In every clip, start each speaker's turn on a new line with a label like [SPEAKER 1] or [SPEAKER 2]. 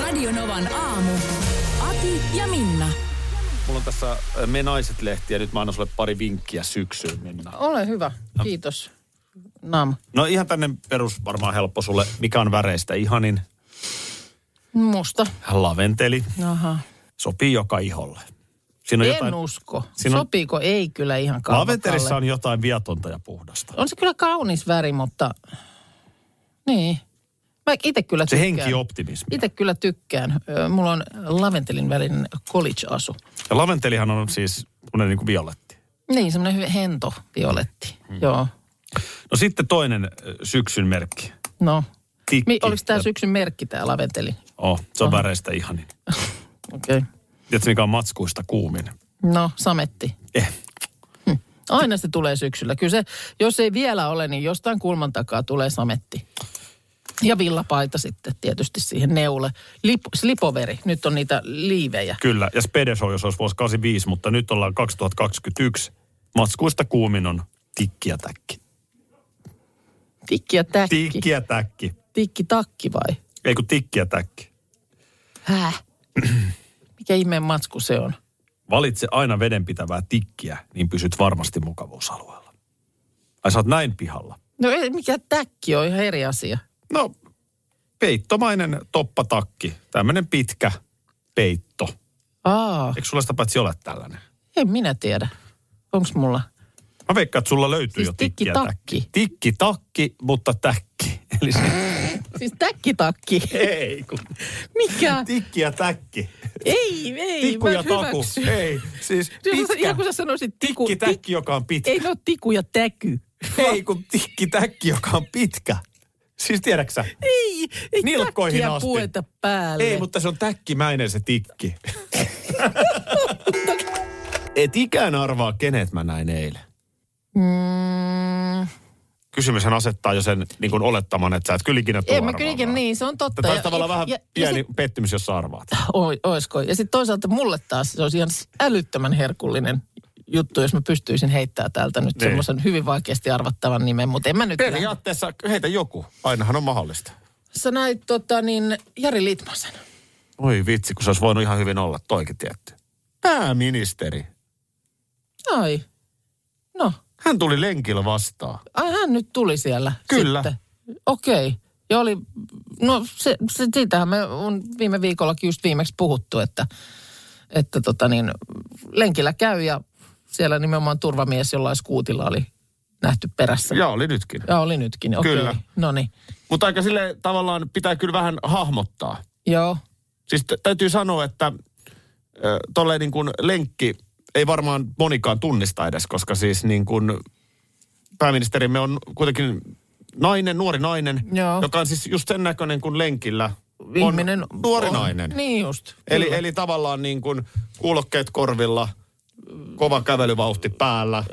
[SPEAKER 1] Radionovan aamu. Ati ja Minna.
[SPEAKER 2] Mulla on tässä Me Naiset-lehtiä. Nyt mä annan sulle pari vinkkiä syksyyn, Minna.
[SPEAKER 3] Ole hyvä, kiitos. Nam.
[SPEAKER 2] No ihan tänne perus varmaan helppo sulle. Mikä on väreistä ihanin?
[SPEAKER 3] Musta.
[SPEAKER 2] Laventeli.
[SPEAKER 3] Aha.
[SPEAKER 2] Sopii joka iholle. Siinä on
[SPEAKER 3] En
[SPEAKER 2] jotain...
[SPEAKER 3] usko.
[SPEAKER 2] Siinä on-
[SPEAKER 3] Sopiiko? Ei kyllä ihan
[SPEAKER 2] Laventelissa
[SPEAKER 3] kalvakalle.
[SPEAKER 2] on jotain viatonta ja puhdasta.
[SPEAKER 3] On se kyllä kaunis väri, mutta... Niin. Mä itse kyllä
[SPEAKER 2] Se
[SPEAKER 3] tykkään.
[SPEAKER 2] henki optimismi.
[SPEAKER 3] Itse kyllä tykkään. Ö, Mulla on laventelin välinen college-asu.
[SPEAKER 2] Ja laventelihan on siis tämmöinen niin kuin violetti.
[SPEAKER 3] Niin, semmoinen hyvin hento violetti.
[SPEAKER 2] Mm.
[SPEAKER 3] Joo.
[SPEAKER 2] No sitten toinen äh, syksyn merkki.
[SPEAKER 3] No.
[SPEAKER 2] Tikki.
[SPEAKER 3] Mi, oliko tämä syksyn merkki, tämä laventeli?
[SPEAKER 2] Oh, se on väreistä ihanin.
[SPEAKER 3] Okei. Okay.
[SPEAKER 2] Tiedätkö, mikä on matskuista kuumin?
[SPEAKER 3] No, sametti.
[SPEAKER 2] Eh.
[SPEAKER 3] Aina se tulee syksyllä. Kyllä se, jos ei vielä ole, niin jostain kulman takaa tulee sametti. Ja villapaita sitten tietysti siihen neule. Lip, slipoveri, nyt on niitä liivejä.
[SPEAKER 2] Kyllä, ja Spedeshow, jos olisi vuosi 85, mutta nyt ollaan 2021. Matskuista kuumin on tikki ja täkki.
[SPEAKER 3] Tikki ja täkki.
[SPEAKER 2] Tikki ja täkki.
[SPEAKER 3] Tikki takki vai?
[SPEAKER 2] Ei kun tikki ja täkki.
[SPEAKER 3] Häh? Mikä ihmeen matsku se on?
[SPEAKER 2] Valitse aina vedenpitävää tikkiä, niin pysyt varmasti mukavuusalueella. Ai sä oot näin pihalla.
[SPEAKER 3] No ei, mikä täkki on ihan eri asia.
[SPEAKER 2] No, peittomainen toppatakki. Tämmönen pitkä peitto.
[SPEAKER 3] Aa,
[SPEAKER 2] Eikö sulla sitä paitsi ole tällainen?
[SPEAKER 3] en minä tiedä. Onks mulla?
[SPEAKER 2] Mä veikkaan, että sulla löytyy
[SPEAKER 3] Siis
[SPEAKER 2] jo tikki ja
[SPEAKER 3] tikkitakki.
[SPEAKER 2] täkki. Tikki takki, mutta täkki. Eli se
[SPEAKER 3] Siis täkkitakki.
[SPEAKER 2] ei kun
[SPEAKER 3] Mikä?
[SPEAKER 2] tikki ja täkki.
[SPEAKER 3] Ei, ei.
[SPEAKER 2] Tikku
[SPEAKER 3] mä
[SPEAKER 2] ja
[SPEAKER 3] en
[SPEAKER 2] taku.
[SPEAKER 3] hyväksy.
[SPEAKER 2] Ei, siis
[SPEAKER 3] Jos sä-
[SPEAKER 2] pitkä.
[SPEAKER 3] Ihan kun sä sanoisit tiku,
[SPEAKER 2] Tikki
[SPEAKER 3] tik,
[SPEAKER 2] täkki, joka on pitkä.
[SPEAKER 3] ei ne ole tiku ja täky.
[SPEAKER 2] Ei, kun tikki täkki, joka on pitkä. Siis tiedäksä?
[SPEAKER 3] Ei, ei
[SPEAKER 2] Nilkkoihin
[SPEAKER 3] täkkiä
[SPEAKER 2] asti.
[SPEAKER 3] pueta päälle.
[SPEAKER 2] Ei, mutta se on täkkimäinen se tikki. Et ikään arvaa, kenet mä näin eilen.
[SPEAKER 3] Mm,
[SPEAKER 2] Kysymyshän asettaa jo sen niin kuin olettaman, että sä et kyllä ikinä tuu
[SPEAKER 3] en mä
[SPEAKER 2] arvaamaan.
[SPEAKER 3] kyllä ikinä, niin, se on totta.
[SPEAKER 2] Tämä on
[SPEAKER 3] Ja-
[SPEAKER 2] tavallaan vähän
[SPEAKER 3] ja- ja
[SPEAKER 2] pieni
[SPEAKER 3] sit-
[SPEAKER 2] pettymys, jos sä arvaat.
[SPEAKER 3] Oi, oisko. Ja sitten toisaalta mulle taas se olisi ihan älyttömän herkullinen juttu, jos mä pystyisin heittää täältä nyt
[SPEAKER 2] Niin.
[SPEAKER 3] semmoisen hyvin vaikeasti arvattavan nimen, mutta en mä nyt... lähde.
[SPEAKER 2] Periaatteessa heitä joku. Ainahan on mahdollista.
[SPEAKER 3] Sä näit tota, niin, Jari Litmasen.
[SPEAKER 2] Oi vitsi, kun se olisi voinut ihan hyvin olla toikin tietty. Pääministeri.
[SPEAKER 3] Ai. No,
[SPEAKER 2] Hän tuli lenkillä vastaan.
[SPEAKER 3] ai hän nyt tuli siellä.
[SPEAKER 2] Kyllä.
[SPEAKER 3] sitten. Okei. Ja oli, no se, se, siitähän me on viime viikollakin just viimeksi puhuttu, että, että tota niin, lenkillä käy ja siellä nimenomaan turvamies jollain skuutilla oli nähty perässä.
[SPEAKER 2] Ja oli nytkin.
[SPEAKER 3] Ja oli nytkin, okei.
[SPEAKER 2] Kyllä.
[SPEAKER 3] No niin,
[SPEAKER 2] Mutta aika sille tavallaan pitää kyllä vähän hahmottaa.
[SPEAKER 3] joo.
[SPEAKER 2] Siis tä- täytyy sanoa, että ö, tolleen niin kuin lenkki ei varmaan monikaan tunnista edes, koska siis niin kuin pääministerimme on kuitenkin nainen, nuori nainen,
[SPEAKER 3] Joo.
[SPEAKER 2] joka on siis just sen näköinen kuin lenkillä
[SPEAKER 3] Ihminen
[SPEAKER 2] on nuori nainen.
[SPEAKER 3] Niin just.
[SPEAKER 2] Eli, eli tavallaan niin kuin kuulokkeet korvilla, kova kävelyvauhti päällä.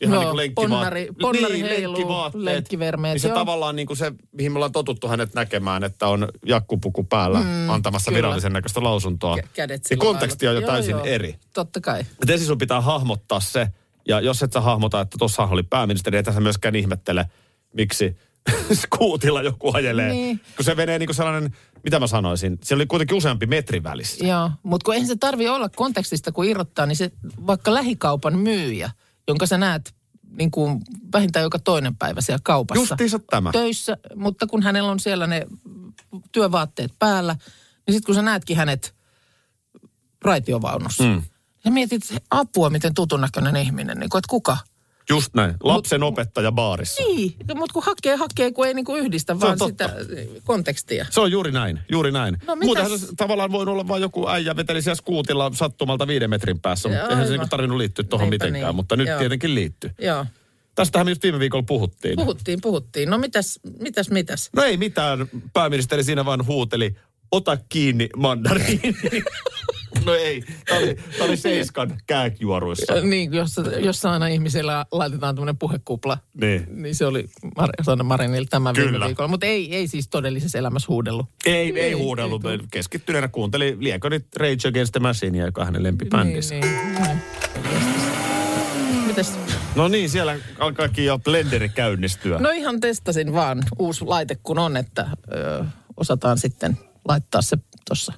[SPEAKER 2] Ihan
[SPEAKER 3] Joo,
[SPEAKER 2] niin kuin lenkkivaat-
[SPEAKER 3] ponnari- ponnari
[SPEAKER 2] niin,
[SPEAKER 3] heiluu,
[SPEAKER 2] lenkkivaatteet.
[SPEAKER 3] lenkkivermeet,
[SPEAKER 2] Niin se
[SPEAKER 3] joo.
[SPEAKER 2] tavallaan niin kuin se, mihin me ollaan totuttu hänet näkemään, että on jakkupuku päällä mm, antamassa
[SPEAKER 3] kyllä.
[SPEAKER 2] kyllä. virallisen näköistä lausuntoa.
[SPEAKER 3] Kä- kädet
[SPEAKER 2] niin
[SPEAKER 3] sillä
[SPEAKER 2] konteksti on jo
[SPEAKER 3] lailla.
[SPEAKER 2] täysin eri.
[SPEAKER 3] Totta kai.
[SPEAKER 2] Et ensin sun pitää hahmottaa se, ja jos et sä hahmota, että tossahan oli pääministeri, et sä myöskään ihmettele, miksi skuutilla joku ajelee.
[SPEAKER 3] Niin.
[SPEAKER 2] Kun se menee niin kuin sellainen, mitä mä sanoisin, siellä oli kuitenkin useampi metri välissä.
[SPEAKER 3] Joo, mutta kun eihän se tarvi olla kontekstista, kun irrottaa, niin se vaikka lähikaupan myyjä, jonka sä näet niin kuin vähintään joka toinen päivä siellä kaupassa.
[SPEAKER 2] Justiinsa tämä.
[SPEAKER 3] Töissä, mutta kun hänellä on siellä ne työvaatteet päällä, niin sitten kun sä näetkin hänet raitiovaunussa, mm. ja mietit apua, miten tutun näköinen ihminen, niin kuin, että kuka?
[SPEAKER 2] Just näin. Lapsen opettaja baarissa.
[SPEAKER 3] Niin, mutta kun hakee, hakee, kun ei niin kuin yhdistä vaan
[SPEAKER 2] totta.
[SPEAKER 3] sitä eh, kontekstia.
[SPEAKER 2] Se on juuri näin, juuri näin.
[SPEAKER 3] No mitäs-
[SPEAKER 2] Muutenhan se tavallaan voi olla vain joku äijä veteli siellä skuutilla sattumalta viiden metrin päässä, mutta
[SPEAKER 3] Joo,
[SPEAKER 2] eihän se
[SPEAKER 3] aivan.
[SPEAKER 2] niinku tarvinnut liittyä tuohon
[SPEAKER 3] Niinpä
[SPEAKER 2] mitenkään,
[SPEAKER 3] niin.
[SPEAKER 2] mutta nyt
[SPEAKER 3] Joo.
[SPEAKER 2] tietenkin liittyy.
[SPEAKER 3] Joo,
[SPEAKER 2] Tästähän me just viime viikolla puhuttiin.
[SPEAKER 3] puhuttiin, puhuttiin. No mitäs, mitäs, mitäs?
[SPEAKER 2] No ei mitään, pääministeri siinä vaan huuteli, ota kiinni mandariini. No ei, tämä oli, tää oli Seiskan kääkijuoruissa.
[SPEAKER 3] Niin, jossa, jossa aina ihmisillä laitetaan tämmöinen puhekupla.
[SPEAKER 2] Niin.
[SPEAKER 3] Niin se oli Mar- Sanna Marinilla tämän
[SPEAKER 2] Kyllä.
[SPEAKER 3] viime viikolla. Mutta ei, ei siis todellisessa elämässä huudellut.
[SPEAKER 2] Ei, ei
[SPEAKER 3] Ei,
[SPEAKER 2] huudellut.
[SPEAKER 3] ei
[SPEAKER 2] Keskittyneenä kuunteli liekö nyt Rage Against the Machinea, joka on hänen lempibändinsä.
[SPEAKER 3] Niin, niin. Näin. Mitäs?
[SPEAKER 2] No niin, siellä alkaakin jo blenderi käynnistyä.
[SPEAKER 3] No ihan testasin vaan uusi laite kun on, että ö, osataan sitten laittaa se tuossa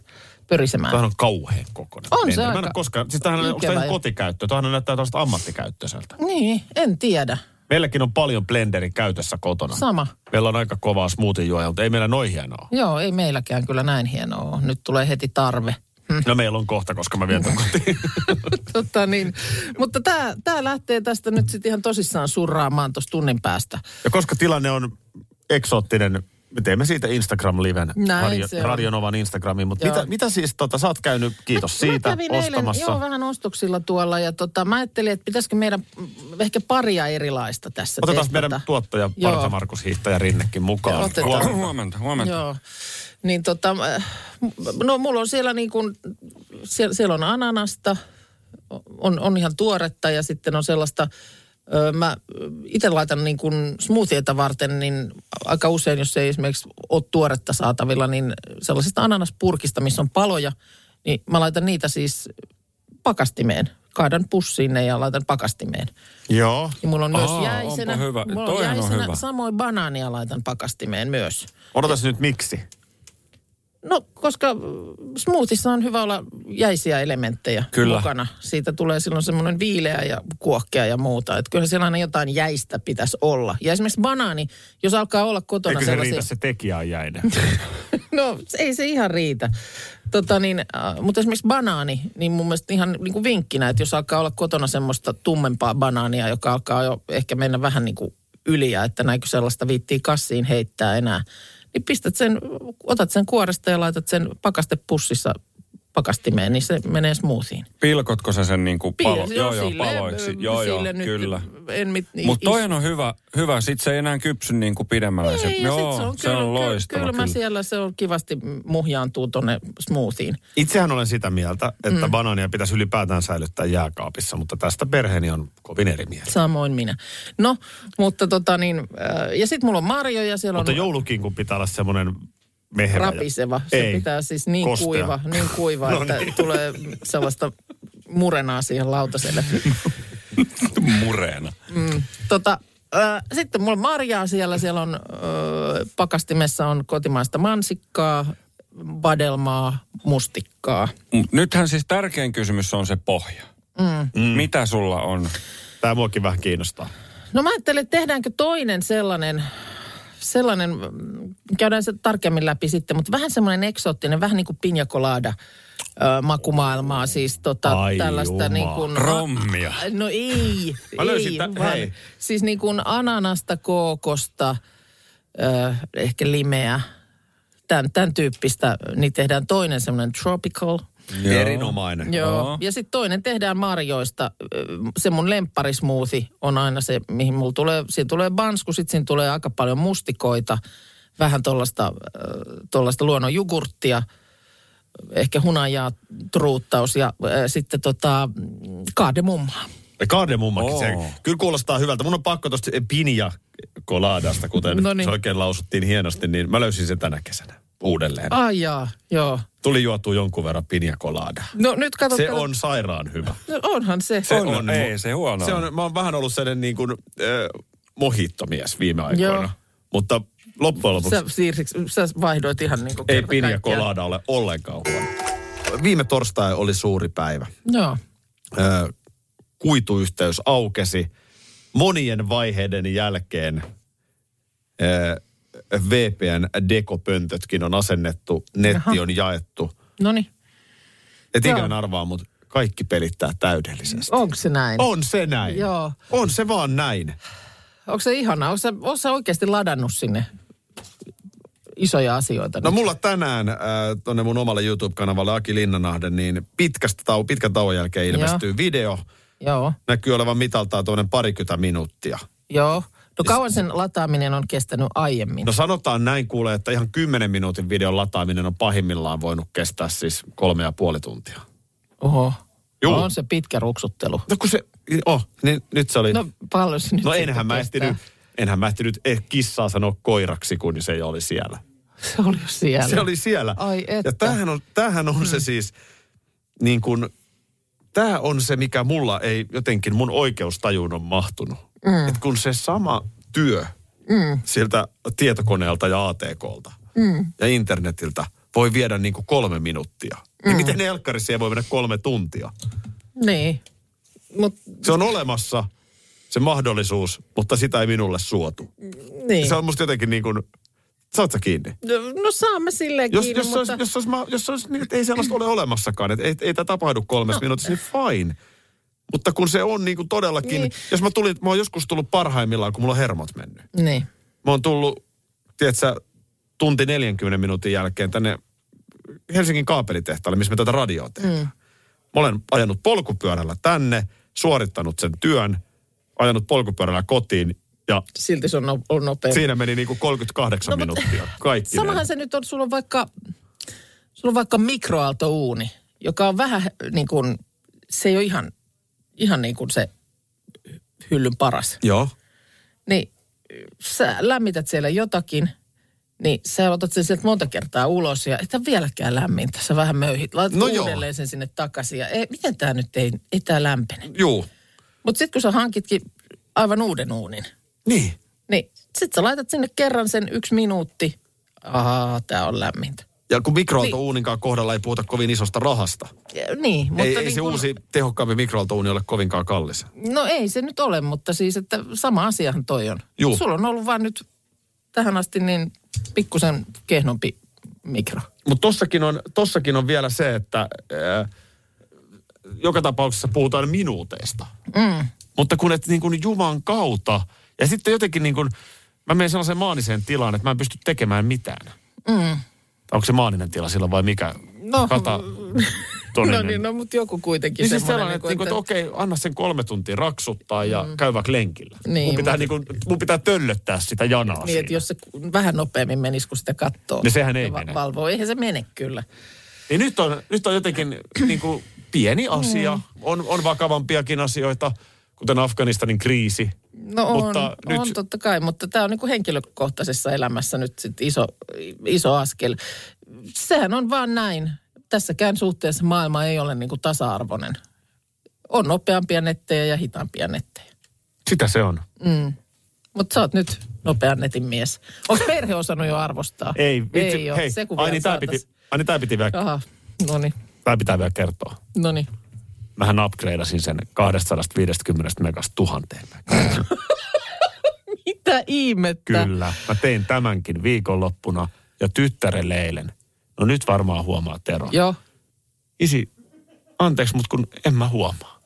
[SPEAKER 3] pörisemään.
[SPEAKER 2] Tämähän on kauhean kokoinen.
[SPEAKER 3] On se
[SPEAKER 2] blenderi. Mä en
[SPEAKER 3] aika
[SPEAKER 2] ole koskaan, siis tämähän on, onko tämä
[SPEAKER 3] ikävä
[SPEAKER 2] ihan
[SPEAKER 3] ja-
[SPEAKER 2] kotikäyttö? Tämähän näyttää tällaista ammattikäyttöiseltä.
[SPEAKER 3] Niin, en tiedä.
[SPEAKER 2] Meilläkin on paljon blenderi käytössä kotona.
[SPEAKER 3] Sama.
[SPEAKER 2] Meillä on aika kovaa smoothie-juoja, mutta ei meillä noin hienoa.
[SPEAKER 3] Joo, ei meilläkään kyllä näin hienoa ole. Nyt tulee heti tarve.
[SPEAKER 2] No meillä on kohta, koska mä vien
[SPEAKER 3] Mm.
[SPEAKER 2] tän kotiin.
[SPEAKER 3] Totta niin. Mutta tämä tää lähtee tästä nyt sitten ihan tosissaan surraamaan tuossa tunnin päästä.
[SPEAKER 2] Ja koska tilanne on eksoottinen, me teemme siitä Instagram-liven
[SPEAKER 3] Näin
[SPEAKER 2] radio,
[SPEAKER 3] se on.
[SPEAKER 2] Radionovan Instagramiin. Mutta
[SPEAKER 3] Joo.
[SPEAKER 2] mitä, mitä siis, tota, sä oot käynyt, kiitos
[SPEAKER 3] Mä-
[SPEAKER 2] siitä,
[SPEAKER 3] mä kävin
[SPEAKER 2] ostamassa.
[SPEAKER 3] Eilen, joo, vähän ostoksilla tuolla ja tota, mä ajattelin, että pitäisikö meidän mm, ehkä paria erilaista tässä
[SPEAKER 2] Otetaan
[SPEAKER 3] testata.
[SPEAKER 2] meidän tuottaja
[SPEAKER 3] Joo.
[SPEAKER 2] Parta Markus Hiihtäjä Rinnekin mukaan.
[SPEAKER 3] Joo, otetaan.
[SPEAKER 2] Huom-
[SPEAKER 4] Huomenta, huomenta. Joo.
[SPEAKER 3] Joo. Niin tota, äh, no mulla on siellä niin kuin, siellä, siellä on ananasta, on, on ihan tuoretta ja sitten on sellaista, ö, mä itse laitan niin kuin smoothieita varten, niin aika usein, jos ei esimerkiksi ole tuoretta saatavilla, niin sellaisesta ananaspurkista, missä on paloja, niin mä laitan niitä siis pakastimeen. Kaadan pussiin ne ja laitan pakastimeen.
[SPEAKER 2] Joo.
[SPEAKER 3] Ja mulla on myös
[SPEAKER 4] Aa,
[SPEAKER 3] jäisenä,
[SPEAKER 4] onpa hyvä.
[SPEAKER 3] Mulla on
[SPEAKER 4] Toihan on
[SPEAKER 3] jäisenä
[SPEAKER 4] hyvä.
[SPEAKER 3] samoin banaania laitan pakastimeen myös.
[SPEAKER 2] Odotas nyt miksi.
[SPEAKER 3] No, koska mm, smoothissa on hyvä olla jäisiä elementtejä
[SPEAKER 4] Kyllä.
[SPEAKER 3] mukana. Siitä tulee silloin semmoinen viileä ja kuohkea ja muuta. Että kyllä siellä aina jotain jäistä pitäisi olla. Ja esimerkiksi banaani, jos alkaa olla kotona
[SPEAKER 2] Eikö se
[SPEAKER 3] sellaisia...
[SPEAKER 2] riitä, se tekijä on jäinen?
[SPEAKER 3] No, se- ei se ihan riitä. Tota niin, äh, mutta esimerkiksi banaani, niin mun mielestä ihan niin kuin vinkkinä, että jos alkaa olla kotona semmoista tummempaa banaania, joka alkaa jo ehkä mennä vähän niin kuin yli ja että näinkö sellaista viittii kassiin heittää enää, niin pistät sen, otat sen kuoresta ja laitat sen pakastepussissa pakastimeen, niin se menee smoothiin.
[SPEAKER 4] Pilkotko sä sen niin kuin palo,
[SPEAKER 3] Piir-
[SPEAKER 4] joo, joo,
[SPEAKER 3] silleen,
[SPEAKER 4] paloiksi?
[SPEAKER 3] ö,
[SPEAKER 4] Joo, joo,
[SPEAKER 3] silleen mm, nyt,
[SPEAKER 4] kyllä.
[SPEAKER 3] En mit,
[SPEAKER 4] Mutta toihan on hyvä, hyvä. sit se ei enää kypsy niin kuin pidemmälle.
[SPEAKER 3] Ei,
[SPEAKER 4] se,
[SPEAKER 3] ja
[SPEAKER 4] joo,
[SPEAKER 3] sit se on,
[SPEAKER 4] se on loistava.
[SPEAKER 3] Kyllä, kyllä. siellä se on kivasti muhjaantuu tonne smoothiin.
[SPEAKER 2] Itsehän olen sitä mieltä, että mm. banaania pitäisi ylipäätään säilyttää jääkaapissa, mutta tästä perheeni on kovin eri mieltä.
[SPEAKER 3] Samoin minä. No, mutta tota niin, äh, ja sitten mulla on marjoja, siellä
[SPEAKER 2] Mutta
[SPEAKER 3] on
[SPEAKER 2] joulukin, kun pitää olla semmoinen mehevä. ja-
[SPEAKER 3] rapiseva. Se
[SPEAKER 2] Ei,
[SPEAKER 3] pitää siis niin
[SPEAKER 2] kostea.
[SPEAKER 3] kuiva, niin kuiva,
[SPEAKER 2] No
[SPEAKER 3] no että
[SPEAKER 2] niin.
[SPEAKER 3] niin. tulee sellaista murenaa siihen lautaselle.
[SPEAKER 4] Mureena.
[SPEAKER 3] Tota, äh, sitten mulla on marjaa siellä, siellä on äh, pakastimessa on kotimaista mansikkaa, vadelmaa, mustikkaa.
[SPEAKER 4] Mut nythän siis tärkein kysymys on se pohja. Mm. Mitä sulla on?
[SPEAKER 2] Tämä muakin vähän kiinnostaa.
[SPEAKER 3] No mä ajattelin, että tehdäänkö toinen sellainen, sellainen, mm, käydään se tarkemmin läpi sitten, mutta vähän semmoinen eksoottinen, vähän niin kuin pinjakolaada makumaailmaa, siis tota,
[SPEAKER 2] Ai jumala.
[SPEAKER 3] tällaista niin kuin...
[SPEAKER 4] Rommia.
[SPEAKER 3] No ei,
[SPEAKER 2] Mä löysin
[SPEAKER 3] ei,
[SPEAKER 2] tä- hei.
[SPEAKER 3] siis niin kuin ananasta, kookosta, ö, ehkä limeä, tämän, tämän tyyppistä, niin tehdään toinen semmoinen tropical.
[SPEAKER 4] Joo.
[SPEAKER 2] Erinomainen.
[SPEAKER 3] Joo. Ja sitten toinen tehdään marjoista. Ö, Se mun lempparismuuthi on aina se, mihin mulla tulee, siinä tulee bansku, sitten siinä tulee aika paljon mustikoita, vähän tuollaista tollasta luonnon jogurttia, ehkä hunajaa, truuttaus ja ö, sitten tota, mm, kaademummaa.
[SPEAKER 2] Ja Kardemummakin oh. se.
[SPEAKER 4] Oo.
[SPEAKER 2] Kyllä kuulostaa hyvältä. Mun on pakko tuosta pinja koladasta, kuten
[SPEAKER 3] No niin.
[SPEAKER 2] se oikein lausuttiin hienosti, niin mä löysin sen tänä kesänä uudelleen. Ah.
[SPEAKER 3] Ai jaa, joo.
[SPEAKER 2] Tuli juotua jonkun verran pinja colada.
[SPEAKER 3] No nyt katso,
[SPEAKER 2] Se
[SPEAKER 3] katso-
[SPEAKER 2] on sairaan hyvä.
[SPEAKER 3] No, onhan se.
[SPEAKER 4] Se on, on, ei se huono.
[SPEAKER 3] No.
[SPEAKER 2] Se on, mä oon vähän ollut sellainen niin kuin, äh, mohittomies viime aikoina. Joo.
[SPEAKER 3] Joo.
[SPEAKER 2] Mutta loppujen lopuksi
[SPEAKER 3] Sä, siirsiks, sä vaihdoit ihan niin kuin
[SPEAKER 2] ei pinja colada ole ollenkaan huono. Viime torstai oli suuri päivä.
[SPEAKER 3] Joo.
[SPEAKER 2] ö, kuituyhteys aukesi monien vaiheiden jälkeen. ö, VPN dekopöntötkin on asennettu, netti
[SPEAKER 3] Jaha.
[SPEAKER 2] on jaettu.
[SPEAKER 3] No niin,
[SPEAKER 2] Et
[SPEAKER 3] Joo.
[SPEAKER 2] ikinä arvaa, mutta kaikki pelittää täydellisesti.
[SPEAKER 3] onko se näin?
[SPEAKER 2] On se näin.
[SPEAKER 3] Mm. Joo.
[SPEAKER 2] On se vaan näin.
[SPEAKER 3] Onko se ihanaa? Onko sä, oot sä oikeasti ladannut sinne isoja asioita?
[SPEAKER 2] No
[SPEAKER 3] nyt?
[SPEAKER 2] mulla tänään äh, tonne mun omalle YouTube-kanavalle Aki Linnanahden, niin pitkästä tau, pitkän tauon jälkeen ilmestyy Joo. video.
[SPEAKER 3] Joo,
[SPEAKER 2] Näkyy olevan mitaltaan tuonne parikymmentä minuuttia.
[SPEAKER 3] joo. No kauan sen lataaminen on kestänyt aiemmin.
[SPEAKER 2] No sanotaan näin kuulee, että ihan 10 minuutin videon lataaminen on pahimmillaan voinut kestää siis kolme ja puoli tuntia.
[SPEAKER 3] Oho.
[SPEAKER 2] Juu.
[SPEAKER 3] No on se pitkä ruksuttelu.
[SPEAKER 2] No kun se, oh, niin nyt se oli.
[SPEAKER 3] No paljon se nyt
[SPEAKER 2] No
[SPEAKER 3] sitten
[SPEAKER 2] enhän mä
[SPEAKER 3] kestää.
[SPEAKER 2] ehtinyt, enhän mä ehtinyt eh, kissaa sanoa koiraksi, kun se ei oli siellä.
[SPEAKER 3] Se oli jo siellä.
[SPEAKER 2] Se oli siellä.
[SPEAKER 3] Ai että.
[SPEAKER 2] Ja tämähän on, tämähän on se siis, niin kuin, tämä on se, mikä mulla ei jotenkin mun oikeustajuun on mahtunut. Mm. Et kun se sama työ mm. sieltä tietokoneelta ja ATKlta mm. ja internetiltä voi viedä niin kuin kolme minuuttia. Mm. Niin miten elkkarissa ei voi mennä kolme tuntia?
[SPEAKER 3] Niin. Mut,
[SPEAKER 2] Se on olemassa, se mahdollisuus, mutta sitä ei minulle suotu.
[SPEAKER 3] niin.
[SPEAKER 2] Se on musta jotenkin niin kuin, saat sä kiinni?
[SPEAKER 3] No saamme silleen
[SPEAKER 2] Jos,
[SPEAKER 3] kiinni,
[SPEAKER 2] jos, mutta...
[SPEAKER 3] mutta...
[SPEAKER 2] olisi, jos, olisi, ma- jos olisi, niin, että ei sellaista ole olemassakaan, että ei, ei tämä tapahdu kolmessa no. minuutissa, niin fine. Mutta kun se on niin kuin todellakin,
[SPEAKER 3] Niin.
[SPEAKER 2] niin. jos mä tulin, mä oon joskus tullut parhaimmillaan, kun mulla on hermot mennyt.
[SPEAKER 3] Niin.
[SPEAKER 2] Mä oon tullut, tiedätkö, tunti 40 minuutin jälkeen tänne Helsingin kaapelitehtaalle, missä me tätä radioa tehdään. Mm. Mä olen ajanut polkupyörällä tänne, suorittanut sen työn, ajanut polkupyörällä kotiin ja
[SPEAKER 3] Silti se on, no, on nopea.
[SPEAKER 2] siinä meni niin kuin 38 no,
[SPEAKER 3] No, mutta-
[SPEAKER 2] minuuttia kaikki.
[SPEAKER 3] Samahan se nyt on, sulla on vaikka, sulla on vaikka mikroaaltouuni, joka on vähän niin kuin, se ei ole ihan, ihan niin kuin se hyllyn paras.
[SPEAKER 2] Joo.
[SPEAKER 3] Niin sä lämmität siellä jotakin, niin sä otat sen sieltä monta kertaa ulos ja et ole vieläkään lämmintä. Sä vähän möyhit, laitat
[SPEAKER 2] No
[SPEAKER 3] no
[SPEAKER 2] joo.
[SPEAKER 3] uudelleen sen sinne takaisin ja ei, miten tää nyt ei, ei tää lämpene.
[SPEAKER 2] Juu.
[SPEAKER 3] Mutta sitten kun sä hankitkin aivan uuden uunin,
[SPEAKER 2] Niin.
[SPEAKER 3] niin sit sä laitat sinne kerran sen yksi minuutti. Ahaa, tää on lämmintä.
[SPEAKER 2] Ja kun mikroaaltouuninkaan kohdalla ei puhuta kovin isosta rahasta.
[SPEAKER 3] Ja, Niin, mutta
[SPEAKER 2] Ei,
[SPEAKER 3] niin
[SPEAKER 2] ei se
[SPEAKER 3] kun-
[SPEAKER 2] uusi tehokkaampi mikroaaltouuni ole kovinkaan kallis.
[SPEAKER 3] No ei se nyt ole, mutta siis, että sama asiahan toi on.
[SPEAKER 2] Juu.
[SPEAKER 3] Sulla on ollut vaan nyt tähän asti niin pikkusen kehnompi mikro.
[SPEAKER 2] Mutta tossakin on, tossakin on vielä se, että ää, joka tapauksessa puhutaan minuuteista.
[SPEAKER 3] Mm.
[SPEAKER 2] Mutta kun et niin kuin Juman kautta, ja sitten jotenkin niin kuin, mä menen sellaiseen maaniseen tilaan, että mä en pysty tekemään mitään.
[SPEAKER 3] Mm.
[SPEAKER 2] Onko se maaninen tila silloin vai mikä?
[SPEAKER 3] No,
[SPEAKER 2] Kata,
[SPEAKER 3] no
[SPEAKER 2] toninen.
[SPEAKER 3] niin, no mutta joku kuitenkin
[SPEAKER 2] Niin siis
[SPEAKER 3] semmoinen.
[SPEAKER 2] sellainen, että, niinku, että okei, anna sen kolme tuntia raksuttaa ja mm. käy vaikka lenkillä.
[SPEAKER 3] Niin,
[SPEAKER 2] mun, pitää niinku, mun pitää töllöttää sitä janaa
[SPEAKER 3] Niin, että
[SPEAKER 2] siinä.
[SPEAKER 3] jos se vähän nopeammin menisi, kun sitä katsoo.
[SPEAKER 2] No sehän ei
[SPEAKER 3] Ja va-
[SPEAKER 2] mene.
[SPEAKER 3] Valvoo, eihän se mene kyllä.
[SPEAKER 2] Niin nyt on, nyt on jotenkin niinku, pieni asia,
[SPEAKER 3] Niin.
[SPEAKER 2] on, on vakavampiakin asioita, kuten Afganistanin kriisi.
[SPEAKER 3] No on,
[SPEAKER 2] Mutta
[SPEAKER 3] on
[SPEAKER 2] nyt-
[SPEAKER 3] totta kai, mutta tämä on niin henkilökohtaisessa elämässä nyt sit iso, iso askel. Sehän on vaan näin. Tässäkään suhteessa maailma ei ole niin kuin tasa-arvoinen. On nopeampia nettejä ja hitaampia nettejä.
[SPEAKER 2] Sitä se on.
[SPEAKER 3] Mutta sä oot nyt nopean netin mies. Onko perhe osannut jo arvostaa?
[SPEAKER 2] Ei, vitsi,
[SPEAKER 3] ei ole.
[SPEAKER 2] hei,
[SPEAKER 3] Se kun
[SPEAKER 2] ai
[SPEAKER 3] vielä
[SPEAKER 2] niin tää
[SPEAKER 3] saatais-
[SPEAKER 2] piti, ai niin tää piti vielä,
[SPEAKER 3] Aha, no niin,
[SPEAKER 2] tää pitää vielä kertoa.
[SPEAKER 3] no niin.
[SPEAKER 2] Mähän upgradeasin sen 250 megasta tuhanteen megaan.
[SPEAKER 3] Mitä ihmettä?
[SPEAKER 2] Kyllä. Mä tein tämänkin viikonloppuna ja tyttärelle eilen. No nyt varmaan huomaa Tero.
[SPEAKER 3] Joo.
[SPEAKER 2] Isi, anteeksi, mutta kun en mä huomaa.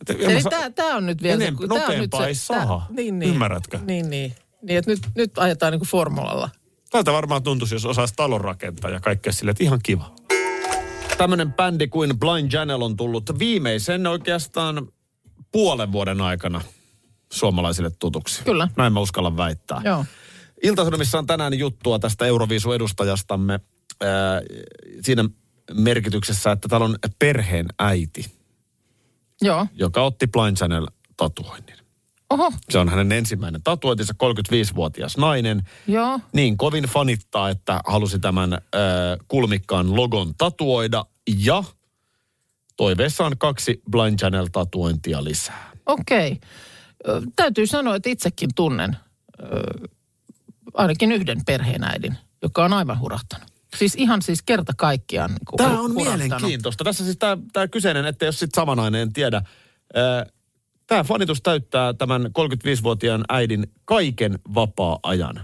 [SPEAKER 2] Et en mä
[SPEAKER 3] Eli
[SPEAKER 2] sa-
[SPEAKER 3] tää, tää on nyt vielä...
[SPEAKER 2] Enem-
[SPEAKER 3] kun tää on nyt
[SPEAKER 2] nopeampaa
[SPEAKER 3] se-
[SPEAKER 2] ei saa.
[SPEAKER 3] tää- Niin, niin.
[SPEAKER 2] Ymmärrätkö?
[SPEAKER 3] Niin, niin. Niin, että nyt, nyt ajetaan niinku formulalla.
[SPEAKER 2] Tältä varmaan tuntuisi, jos osaisi talon rakentaa ja kaikkea sille, että ihan kiva. Tämmöinen bändi kuin Blind Channel on tullut viimeisen oikeastaan puolen vuoden aikana suomalaisille tutuksi.
[SPEAKER 3] Kyllä.
[SPEAKER 2] Näin mä uskallan väittää.
[SPEAKER 3] Joo.
[SPEAKER 2] Iltasanomissa on tänään juttua tästä Euroviisu-edustajastamme ää, siinä merkityksessä, että täällä on perheen äiti,
[SPEAKER 3] Joo.
[SPEAKER 2] joka otti Blind Channel tatuoinnin.
[SPEAKER 3] Oho.
[SPEAKER 2] Se on hänen ensimmäinen tatuointinsa, 35-vuotias nainen.
[SPEAKER 3] Joo.
[SPEAKER 2] Niin kovin fanittaa, että halusi tämän ö, kulmikkaan logon tatuoida ja toiveessa on kaksi Blind Channel-tatuointia lisää.
[SPEAKER 3] Okei. Ö, Täytyy sanoa, että itsekin tunnen ö, ainakin yhden perheenäidin, joka on aivan hurahtanut. Siis ihan siis kerta kaikkiaan. niinku
[SPEAKER 2] Tämä on
[SPEAKER 3] hurahtanut.
[SPEAKER 2] mielenkiintoista. Tässä siis tämä, tämä kyseinen, että jos sitten samanainen, en tiedä. Ö, Tämä fanitus täyttää tämän 35-vuotiaan äidin kaiken vapaa-ajan.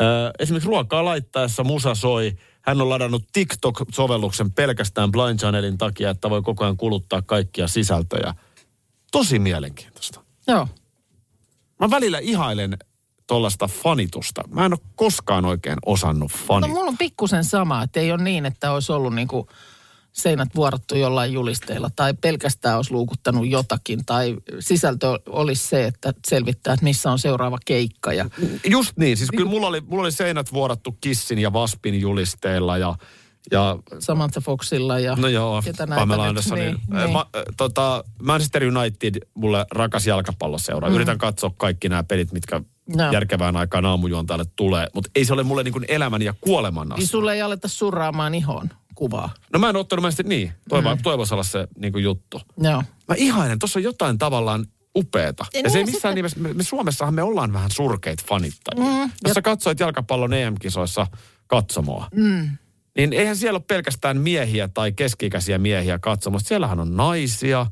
[SPEAKER 2] Ö, Esimerkiksi ruokaa laittaessa musa soi. Hän on ladannut TikTok-sovelluksen pelkästään Blind Channelin takia, että voi koko ajan kuluttaa kaikkia sisältöjä. Tosi mielenkiintoista.
[SPEAKER 3] Joo.
[SPEAKER 2] Mä välillä ihailen tuollaista fanitusta. Mä en ole koskaan oikein osannut
[SPEAKER 3] No
[SPEAKER 2] fanita.
[SPEAKER 3] mulla on pikkusen sama, että ei ole niin, että olisi niin, ollut niinku seinät vuorottu jollain julisteilla tai pelkästään olisi luukuttanut jotakin tai sisältö olisi se, että selvittää, että missä on seuraava keikka ja
[SPEAKER 2] Just niin, siis kyllä mulla oli, mulla oli seinät vuorattu Kissin ja Vaspin julisteilla ja, ja
[SPEAKER 3] Samantha Foxilla ja
[SPEAKER 2] No joo,
[SPEAKER 3] ketä näitä
[SPEAKER 2] Pamela
[SPEAKER 3] nyt,
[SPEAKER 2] Anderson.
[SPEAKER 3] Niin,
[SPEAKER 2] Niin,
[SPEAKER 3] niin.
[SPEAKER 2] Ma, äh, tota, Manchester United, mulle rakas jalkapalloseura. Mm. Yritän katsoa kaikki nämä pelit, mitkä
[SPEAKER 3] Joo.
[SPEAKER 2] no. järkevään aikaan aamujuontajalle tulee. Mutta ei se ole mulle niin kuin elämän ja kuoleman
[SPEAKER 3] Niin
[SPEAKER 2] asia.
[SPEAKER 3] sulle ei aleta surraamaan ihoon kuvaa.
[SPEAKER 2] No mä en ottanut, mä sitten niin. Toivo, mm. Toivois olla se niin kuin juttu.
[SPEAKER 3] Joo.
[SPEAKER 2] Mä ihainen, tuossa on jotain tavallaan upeeta.
[SPEAKER 3] Ja
[SPEAKER 2] Ja, ja se ei
[SPEAKER 3] niin,
[SPEAKER 2] missään nimessä, me, me Suomessahan me ollaan vähän surkeita fanittajia. Mm. Jos sä katsoit jalkapallon EM-kisoissa katsomoa, mm. niin eihän siellä ole pelkästään miehiä tai keski-ikäisiä miehiä katsomassa. Siellähän on naisia,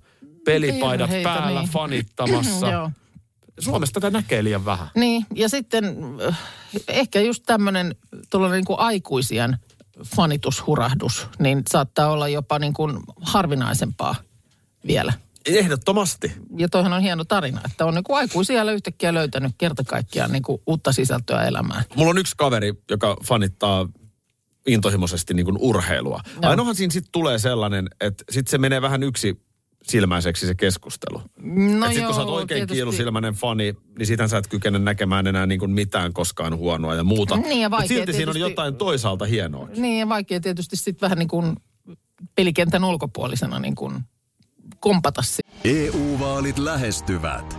[SPEAKER 2] pelipaidat
[SPEAKER 3] Perheitä,
[SPEAKER 2] päällä
[SPEAKER 3] niin.
[SPEAKER 2] fanittamassa.
[SPEAKER 3] Joo.
[SPEAKER 2] Suomessa tätä näkee liian vähän.
[SPEAKER 3] Niin, ja sitten äh, ehkä just tämmöinen tuollainen niin kuin aikuisien fanitushurahdus, niin saattaa olla jopa niin kuin harvinaisempaa vielä.
[SPEAKER 2] Ehdottomasti.
[SPEAKER 3] Ja toihan on hieno tarina, että on niin kuin aikuisia yhtäkkiä löytänyt kerta kaikkiaan niin kuin uutta sisältöä elämään.
[SPEAKER 2] Mulla on yksi kaveri, joka fanittaa intohimoisesti niin kuin urheilua.
[SPEAKER 3] Joo.
[SPEAKER 2] No. Ainoahan siinä sitten tulee sellainen, että sitten se menee vähän yksi silmäiseksi se keskustelu.
[SPEAKER 3] No
[SPEAKER 2] No sitten kun sä oot oikein
[SPEAKER 3] tietysti.
[SPEAKER 2] kiilusilmäinen fani, niin sitähän sä et kykene näkemään enää niin kuin mitään koskaan huonoa ja muuta.
[SPEAKER 3] Niin, ja
[SPEAKER 2] Mut
[SPEAKER 3] vaikea
[SPEAKER 2] silti siinä on
[SPEAKER 3] tietysti-
[SPEAKER 2] jotain toisaalta hienoa.
[SPEAKER 3] Niin, ja vaikea tietysti sitten vähän niin kuin pelikentän ulkopuolisena niin kuin kompata sitä.
[SPEAKER 5] EU-vaalit E lähestyvät.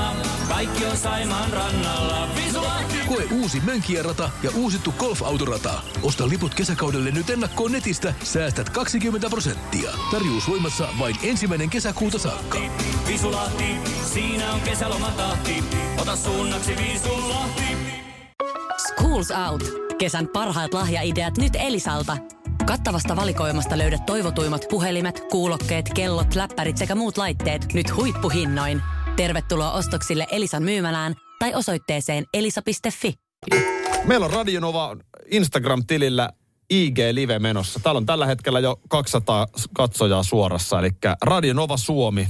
[SPEAKER 6] kaikki on Saimaan rannalla. Visulahti!
[SPEAKER 7] Koe uusi Mönkijärata ja uusittu golfautorata. Osta liput kesäkaudelle nyt ennakkoon netistä, säästät 20 prosenttia. Tarjous voimassa vain ensimmäinen kesäkuuta saakka.
[SPEAKER 6] Visulahti, siinä on kesälomatahti. Ota suunnaksi Visulahti.
[SPEAKER 8] Schools Out. Kesän parhaat lahjaideat nyt Elisalta. Kattavasta valikoimasta löydät toivotuimmat puhelimet, kuulokkeet, kellot, läppärit sekä muut laitteet nyt huippuhinnoin. Tervetuloa ostoksille Elisan myymälään tai osoitteeseen elisa.fi.
[SPEAKER 2] Meillä on Radionova Instagram-tilillä IG Live menossa. Täällä on tällä hetkellä jo 200 katsojaa suorassa, eli Radionova Suomi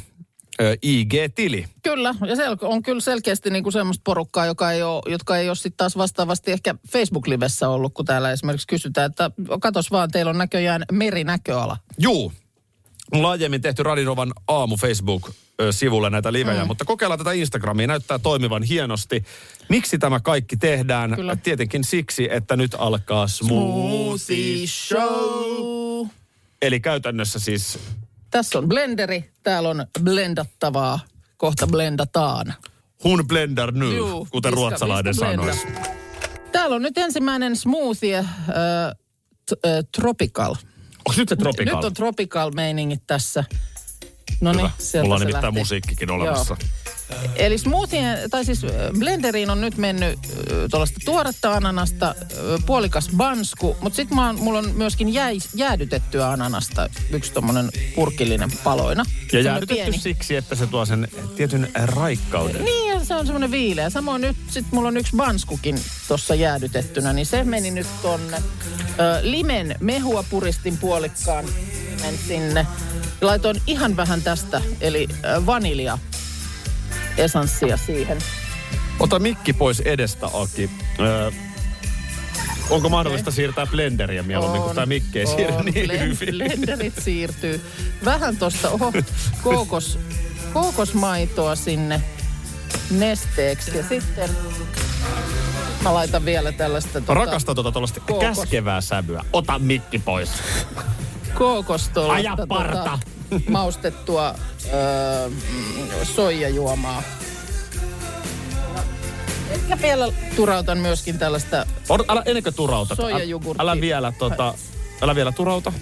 [SPEAKER 2] ö, IG-tili.
[SPEAKER 3] Kyllä, ja sel- on kyllä selkeästi niin kuin semmoista porukkaa, joka ei ole, jotka ei ole sitten taas vastaavasti ehkä Facebook-livessä ollut, kun täällä esimerkiksi kysytään, että katos vaan, teillä on näköjään merinäköala.
[SPEAKER 2] Juu. Laajemmin tehty Radinovan aamu Facebook-sivulle näitä livejä, mm. mutta kokeillaan tätä Instagramia. Näyttää toimivan hienosti. Miksi tämä kaikki tehdään?
[SPEAKER 3] Kyllä.
[SPEAKER 2] Tietenkin siksi, että nyt alkaa smoothie show. Eli käytännössä siis
[SPEAKER 3] Tässä on blenderi, täällä on blendattavaa, kohta blendataan.
[SPEAKER 2] hun blender nu,
[SPEAKER 3] Juu,
[SPEAKER 2] kuten
[SPEAKER 3] piska-
[SPEAKER 2] ruotsalainen
[SPEAKER 3] pistä blenda.
[SPEAKER 2] sanoisi.
[SPEAKER 3] Täällä on nyt ensimmäinen smoothie, äh, t- äh, tropical.
[SPEAKER 2] Onko nyt se tropical?
[SPEAKER 3] Nyt on tropical meiningit tässä. No niin,
[SPEAKER 2] Hyvä.
[SPEAKER 3] sieltä
[SPEAKER 2] Mulla on
[SPEAKER 3] se
[SPEAKER 2] nimittäin
[SPEAKER 3] lähti.
[SPEAKER 2] musiikkikin olemassa.
[SPEAKER 3] Eli smoothie, tai siis äh, blenderiin on nyt mennyt tuollaista tuoretta ananasta, äh, puolikas bansku, mutta sitten mulla on myöskin jäi, jäädytettyä ananasta yksi tuommoinen purkillinen paloina.
[SPEAKER 2] Ja
[SPEAKER 3] Semmoinen
[SPEAKER 2] jäädytetty
[SPEAKER 3] pieni.
[SPEAKER 2] siksi, että se tuo sen tietyn raikkauden.
[SPEAKER 3] Niin, ja se on semmoinen viileä. Samoin nyt sit mulla on yksi banskukin tuossa jäädytettynä, niin se meni nyt tonne. Ö, limen mehua puristin puolikkaan limen sinne. Laitoin ihan vähän tästä, eli ö, vanilja esanssia siihen.
[SPEAKER 2] Ota mikki pois edestä, Aki. Öö, onko mahdollista siirtää blenderiä mieluummin, kun tämä mikki ei siirry
[SPEAKER 3] on.
[SPEAKER 2] niin
[SPEAKER 3] Blen-
[SPEAKER 2] hyvin?
[SPEAKER 3] Blenderit siirtyy. Vähän tuosta oho, kookos, kookosmaitoa sinne nesteeksi. Ja sitten mä laitan vielä tällaista...
[SPEAKER 2] Mä
[SPEAKER 3] tota-
[SPEAKER 2] Rakastan tuota tuollaista
[SPEAKER 3] Kookos.
[SPEAKER 2] käskevää sävyä. Ota mikki pois.
[SPEAKER 3] kookostolla tota,
[SPEAKER 2] Aja parta.
[SPEAKER 3] maustettua öö, mm, soijajuomaa. Ja vielä turautan myöskin tällaista,
[SPEAKER 2] Or, älä ennen kuin turauta.
[SPEAKER 3] Soijajogurtti.
[SPEAKER 2] Älä, älä vielä, tota, älä vielä turauta.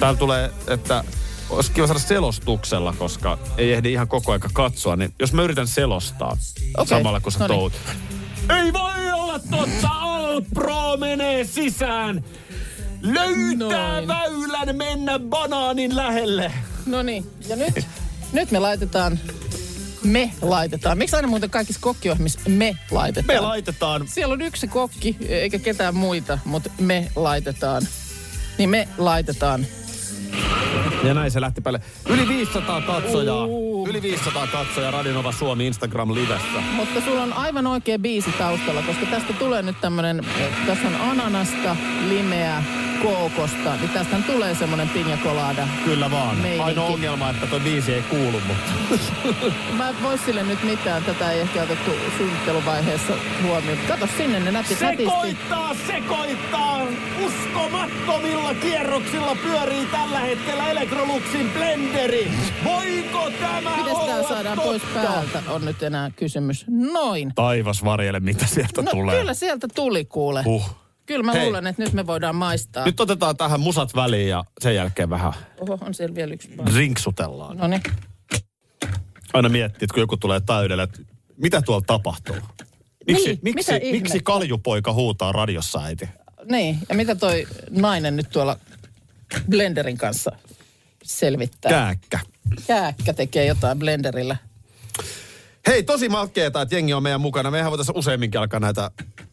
[SPEAKER 2] Täällä tulee, että olisi kiva saada selostuksella, koska ei ehdi ihan koko aika katsoa. Niin jos mä yritän selostaa
[SPEAKER 3] Okei,
[SPEAKER 2] okay. samalla kun sä
[SPEAKER 3] noniin.
[SPEAKER 2] tout. Ei voi olla totta! All Pro menee sisään! Löytää
[SPEAKER 3] Noin.
[SPEAKER 2] väylän mennä banaanin lähelle.
[SPEAKER 3] No niin, ja nyt, nyt me laitetaan, me laitetaan. Miksi aina muuten kaikissa kokkiohjelmissa me laitetaan?
[SPEAKER 2] Me laitetaan
[SPEAKER 3] Siellä on yksi kokki, eikä ketään muita, mutta me laitetaan. Niin me laitetaan.
[SPEAKER 2] Ja näin se lähti päälle. Yli 500 katsojaa. Yli 500 katsojaa Radionova Suomi Instagram-livessä.
[SPEAKER 3] Mutta sulla on aivan oikea biisi taustalla, koska tästä tulee nyt tämmönen, eh, tässä on ananasta, limeä, kookosta. Niin tästä tulee semmonen pinja colada.
[SPEAKER 2] Kyllä vaan.
[SPEAKER 3] Meininki.
[SPEAKER 2] Ainoa ongelma, että toi biisi ei kuulu, mutta
[SPEAKER 3] Mä en voi sille nyt mitään, tätä ei ehkä otettu suunnitteluvaiheessa huomioon. Kato sinne ne nätit
[SPEAKER 2] se
[SPEAKER 3] nätisti.
[SPEAKER 2] koittaa, se koittaa. Uskomattomilla kierroksilla pyörii tällä hetkellä Electroluxin blenderi. Voiko tämä
[SPEAKER 3] Miten tää
[SPEAKER 2] olla
[SPEAKER 3] saadaan
[SPEAKER 2] totta?
[SPEAKER 3] pois päältä, on nyt enää kysymys. Noin.
[SPEAKER 2] Taivas varjele, mitä sieltä
[SPEAKER 3] No
[SPEAKER 2] tulee.
[SPEAKER 3] kyllä sieltä tuli kuule.
[SPEAKER 2] Huh.
[SPEAKER 3] Kyllä mä
[SPEAKER 2] Hei.
[SPEAKER 3] luulen, että nyt me voidaan maistaa.
[SPEAKER 2] Nyt otetaan tähän musat väliin ja sen jälkeen vähän
[SPEAKER 3] Oho, on siellä vielä yksi pala.
[SPEAKER 2] rinksutellaan.
[SPEAKER 3] No niin.
[SPEAKER 2] aina miettii, että kun joku tulee täydellä, että mitä tuolla tapahtuu? Miksi,
[SPEAKER 3] Niin,
[SPEAKER 2] miksi,
[SPEAKER 3] mitä
[SPEAKER 2] miksi
[SPEAKER 3] ihmettä?
[SPEAKER 2] kaljupoika huutaa radiossa äiti?
[SPEAKER 3] Niin, ja mitä toi nainen nyt tuolla blenderin kanssa selvittää?
[SPEAKER 2] Kääkkä.
[SPEAKER 3] Kääkkä tekee jotain blenderillä.
[SPEAKER 2] Hei, tosi makeeta, että jengi on meidän mukana. Mehän voitaisiin useamminkin alkaa näitä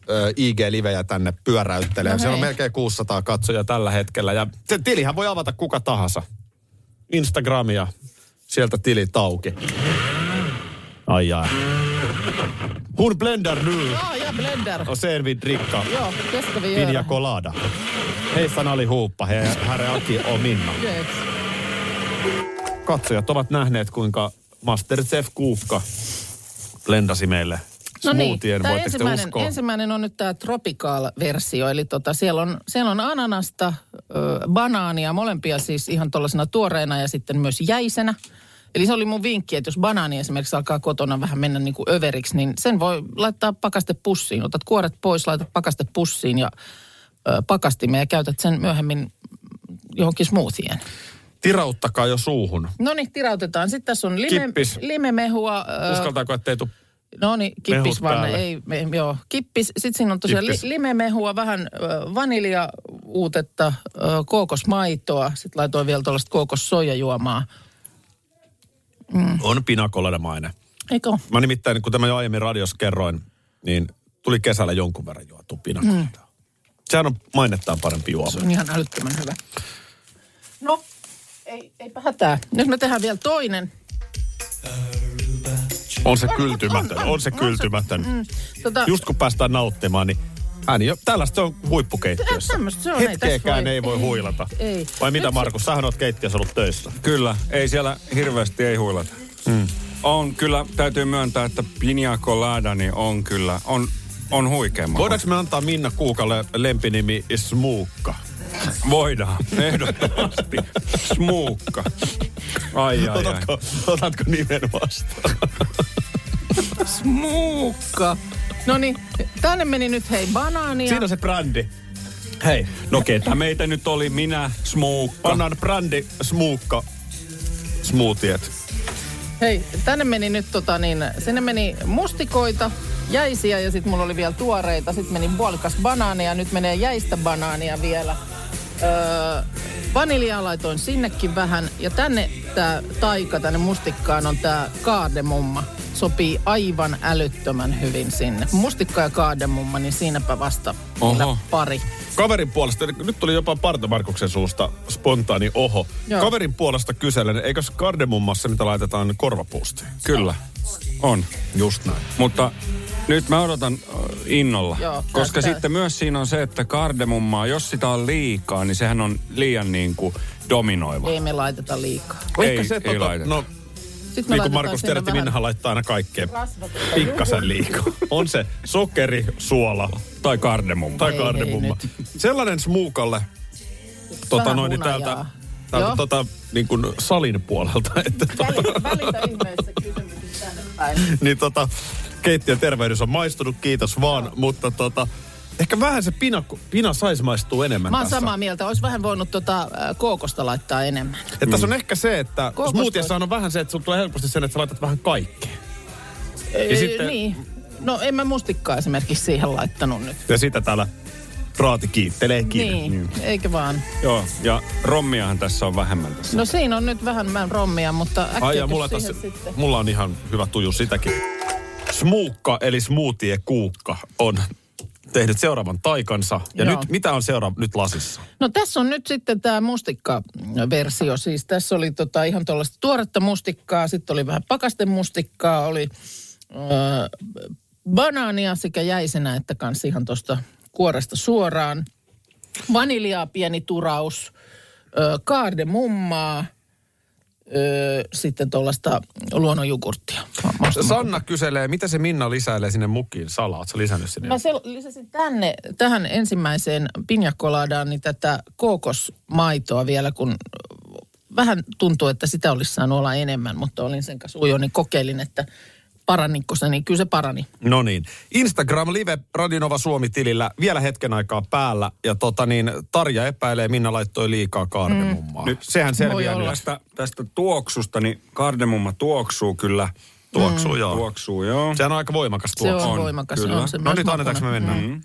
[SPEAKER 2] ö, IG-livejä tänne pyöräyttelemään. No
[SPEAKER 3] No
[SPEAKER 2] Siellä on
[SPEAKER 3] hei.
[SPEAKER 2] melkein 600 katsojaa tällä hetkellä. Ja se tilihän voi avata kuka tahansa. Instagramia, sieltä tili tauki. Ai ai. Hun blender nu.
[SPEAKER 3] Joo, Ah, ja blender.
[SPEAKER 2] Och sen vi dricka.
[SPEAKER 3] Joo, kestäviä
[SPEAKER 2] Pinja
[SPEAKER 3] öron.
[SPEAKER 2] Colada. Hejsan allihopa, he, här är Aki och Minna.
[SPEAKER 3] Jees.
[SPEAKER 2] Katsojat ovat nähneet, kuinka Masterchef Kuukka lendasi meille
[SPEAKER 3] No niin,
[SPEAKER 2] smoothien,
[SPEAKER 3] tää
[SPEAKER 2] voitte sitten
[SPEAKER 3] ensimmäinen,
[SPEAKER 2] uskoa.
[SPEAKER 3] ensimmäinen on nyt tämä tropical-versio, eli tota, siellä, on, siellä on ananasta, ö, banaania, molempia siis ihan tuollaisena tuoreena ja sitten myös jäisenä. Eli se oli mun vinkki, että jos banaani esimerkiksi alkaa kotona vähän mennä niin kuin överiksi, niin sen voi laittaa pakastepussiin. Otat kuoret pois, laitat pakastepussiin ja ö, pakastimeen ja käytät sen myöhemmin johonkin smoothien.
[SPEAKER 2] Tirauttakaa jo suuhun.
[SPEAKER 3] No niin, tirautetaan. Sitten tässä on lime,
[SPEAKER 2] Kippis.
[SPEAKER 3] limemehua. ö,
[SPEAKER 2] Uskaltaako, ettei tuu...
[SPEAKER 3] No niin, kippis
[SPEAKER 2] Mehut
[SPEAKER 3] vaan,
[SPEAKER 2] päälle.
[SPEAKER 3] ei, me, joo, kippis. Sitten siinä on tosiaan li,
[SPEAKER 2] Kippis.
[SPEAKER 3] limemehua, vähän ö, vaniljauutetta, ö, kookosmaitoa. Sitten laitoin vielä tuollaista kookossoijajuomaa. Mm.
[SPEAKER 2] On pinakoladamainen.
[SPEAKER 3] Eikö oo?
[SPEAKER 2] Mä nimittäin, kun tämä jo aiemmin radiossa kerroin, niin tuli kesällä jonkun verran juotu pinakoladaa. Mm. Sehän on mainettaan parempi
[SPEAKER 3] Se
[SPEAKER 2] juoma.
[SPEAKER 3] on ihan älyttömän hyvä. No, ei, eipä hätää. Nyt me tehdään vielä toinen.
[SPEAKER 2] On se kyltymätön, on
[SPEAKER 3] Mm.
[SPEAKER 2] se kyltymätön.
[SPEAKER 3] Tota,
[SPEAKER 2] Just kun päästään nauttimaan, niin hän jo, tällaista on huippukeittiössä.
[SPEAKER 3] Tä- tämmöstä se on, ei tässä
[SPEAKER 2] Hetkeäkään
[SPEAKER 3] voi-
[SPEAKER 2] ei voi
[SPEAKER 3] ei,
[SPEAKER 2] huilata.
[SPEAKER 3] ei.
[SPEAKER 2] Vai mitä
[SPEAKER 3] Nyt se-
[SPEAKER 2] Markus, sähän oot keittiössä ollut töissä.
[SPEAKER 4] Kyllä, ei siellä hirveästi ei huilata. Mm. On kyllä, täytyy myöntää, että Pina Colada niin on kyllä, on, on huikea maku.
[SPEAKER 2] Voidaanko me antaa Minna Kuukalle lempinimi Smuukka?
[SPEAKER 4] Voidaan, ehdottomasti. Smuukka. Ai, ai, ai.
[SPEAKER 2] Otatko, otatko nimen vastaan?
[SPEAKER 3] Smuukka. No niin, tänne meni nyt hei banaania.
[SPEAKER 2] Siinä on se brändi. Hei,
[SPEAKER 4] No ketä meitä nyt oli? Minä, Smuukka.
[SPEAKER 2] pannaan brändi Smuukka smoothiet.
[SPEAKER 3] Hei, tänne meni nyt tota niin, sinne meni mustikoita, jäisiä ja sitten mulla oli vielä tuoreita. Sitten meni puolikas banaania, nyt menee jäistä banaania vielä. Öö, vaniljaa laitoin sinnekin vähän ja tänne tämä taika, tänne mustikkaan on tämä kaademumma. Sopii aivan älyttömän hyvin sinne. Mustikka ja kaademumma, niin siinäpä vasta kyllä
[SPEAKER 4] Oho.
[SPEAKER 3] pari.
[SPEAKER 2] Kaverin puolesta, nyt tuli jopa Parto Markuksen suusta spontaani oho.
[SPEAKER 3] Joo.
[SPEAKER 2] Kaverin puolesta kyselen, eikös kardemummassa niitä laitetaan korvapuustiin?
[SPEAKER 4] Kyllä, on.
[SPEAKER 2] Just näin.
[SPEAKER 4] Mutta nyt mä odotan äh, innolla,
[SPEAKER 3] Joo,
[SPEAKER 4] koska
[SPEAKER 3] tästä-
[SPEAKER 4] sitten myös siinä on se, että kardemummaa, jos sitä on liikaa, niin sehän on liian niin kuin dominoiva.
[SPEAKER 3] Ei me laiteta liikaa.
[SPEAKER 4] Ei,
[SPEAKER 2] Ehkä se,
[SPEAKER 4] ei
[SPEAKER 2] tota,
[SPEAKER 4] laiteta.
[SPEAKER 2] no,
[SPEAKER 3] Sitten me
[SPEAKER 2] niin kuin
[SPEAKER 3] laitetaan
[SPEAKER 2] Markus
[SPEAKER 3] sinne
[SPEAKER 2] tiedätte,
[SPEAKER 3] vähän-
[SPEAKER 2] Minnahan laittaa aina kaikkea
[SPEAKER 3] Rasvatonta
[SPEAKER 2] pikkasen liikaa. On se sokeri, suola
[SPEAKER 4] Tai kardemumma.
[SPEAKER 2] tai
[SPEAKER 3] Ei,
[SPEAKER 2] kardemumma.
[SPEAKER 3] ei
[SPEAKER 2] Sellainen smuukalle tota,
[SPEAKER 3] Vähän
[SPEAKER 2] noin, niin
[SPEAKER 3] hunajaa.
[SPEAKER 2] täältä, täältä
[SPEAKER 3] Joo.
[SPEAKER 2] tota, niin kuin salin puolelta. Että, tota,
[SPEAKER 3] Välitä, välitä ihmeessä kysymykset tänne päin.
[SPEAKER 2] niin tota, keittiön tervehdys on maistunut, kiitos vaan. Mutta tota, ehkä vähän se pina, pina saisi maistua enemmän
[SPEAKER 3] Mä oon
[SPEAKER 2] tässä.
[SPEAKER 3] samaa mieltä. Olisi vähän voinut tota, äh, kookosta laittaa enemmän.
[SPEAKER 2] Että tässä on ehkä se, että
[SPEAKER 3] Kokos-
[SPEAKER 2] smoothiessa on vähän se, että sulla tulee helposti sen, että sä laitat vähän kaikkea.
[SPEAKER 3] Öö,
[SPEAKER 2] sitten-
[SPEAKER 3] Niin. No en mä mustikkaa esimerkiksi siihen laittanut nyt.
[SPEAKER 2] Ja sitä täällä raati kiittelee kiinni. Niin.
[SPEAKER 3] Niin, eikä vaan.
[SPEAKER 4] Joo, ja rommiahan tässä on vähemmän tässä.
[SPEAKER 3] No siinä on nyt vähän mä rommia, mutta
[SPEAKER 2] Ai
[SPEAKER 3] äkkiä
[SPEAKER 2] ja mulla,
[SPEAKER 3] siihen
[SPEAKER 2] tässä,
[SPEAKER 3] sitten.
[SPEAKER 2] mulla on ihan hyvä tuju sitäkin. Smuukka eli smoothie kuukka on tehnyt seuraavan taikansa. Ja
[SPEAKER 3] Joo.
[SPEAKER 2] nyt, mitä on seuraava nyt lasissa?
[SPEAKER 3] No tässä on nyt sitten tämä mustikka-versio. Siis tässä oli tota ihan tuollaista tuoretta mustikkaa, sitten oli vähän pakasten mustikkaa, oli öö, banaania sekä jäisenä että kans ihan tuosta kuoresta suoraan. Vaniljaa pieni turaus, öö, kaardemummaa, öö, sitten tuollaista luonnonjogurttia.
[SPEAKER 2] Sanna kyselee, mitä se Minna lisäilee sinne mukiin salaa? Oletko lisännyt sinne?
[SPEAKER 3] Mä sel- lisäsin tänne, tähän ensimmäiseen pinjakolaadaan niin tätä kookosmaitoa vielä, kun vähän tuntuu, että sitä olisi saanut olla enemmän, mutta olin sen kanssa ujo, niin kokeilin, että paraninko se, niin kyllä se parani.
[SPEAKER 2] No niin. Instagram Live Radinova Suomi-tilillä vielä hetken aikaa päällä. Ja tota niin, Tarja epäilee, Minna laittoi liikaa kaarnemummaa.
[SPEAKER 4] Ah,
[SPEAKER 2] Mm. Nyt sehän
[SPEAKER 3] Voi
[SPEAKER 2] selviää
[SPEAKER 3] olla.
[SPEAKER 2] nyt.
[SPEAKER 4] Tästä, tästä tuoksusta, niin kardemumma tuoksuu kyllä. Mm.
[SPEAKER 2] Tuoksuu, joo.
[SPEAKER 4] Tuoksuu, joo.
[SPEAKER 2] Sehän on aika voimakas
[SPEAKER 3] Se
[SPEAKER 2] tuoksu.
[SPEAKER 3] on, voimakas.
[SPEAKER 4] kyllä.
[SPEAKER 3] On se
[SPEAKER 2] No
[SPEAKER 3] myös
[SPEAKER 2] nyt annetaanko me
[SPEAKER 3] makuinen.
[SPEAKER 2] mennä?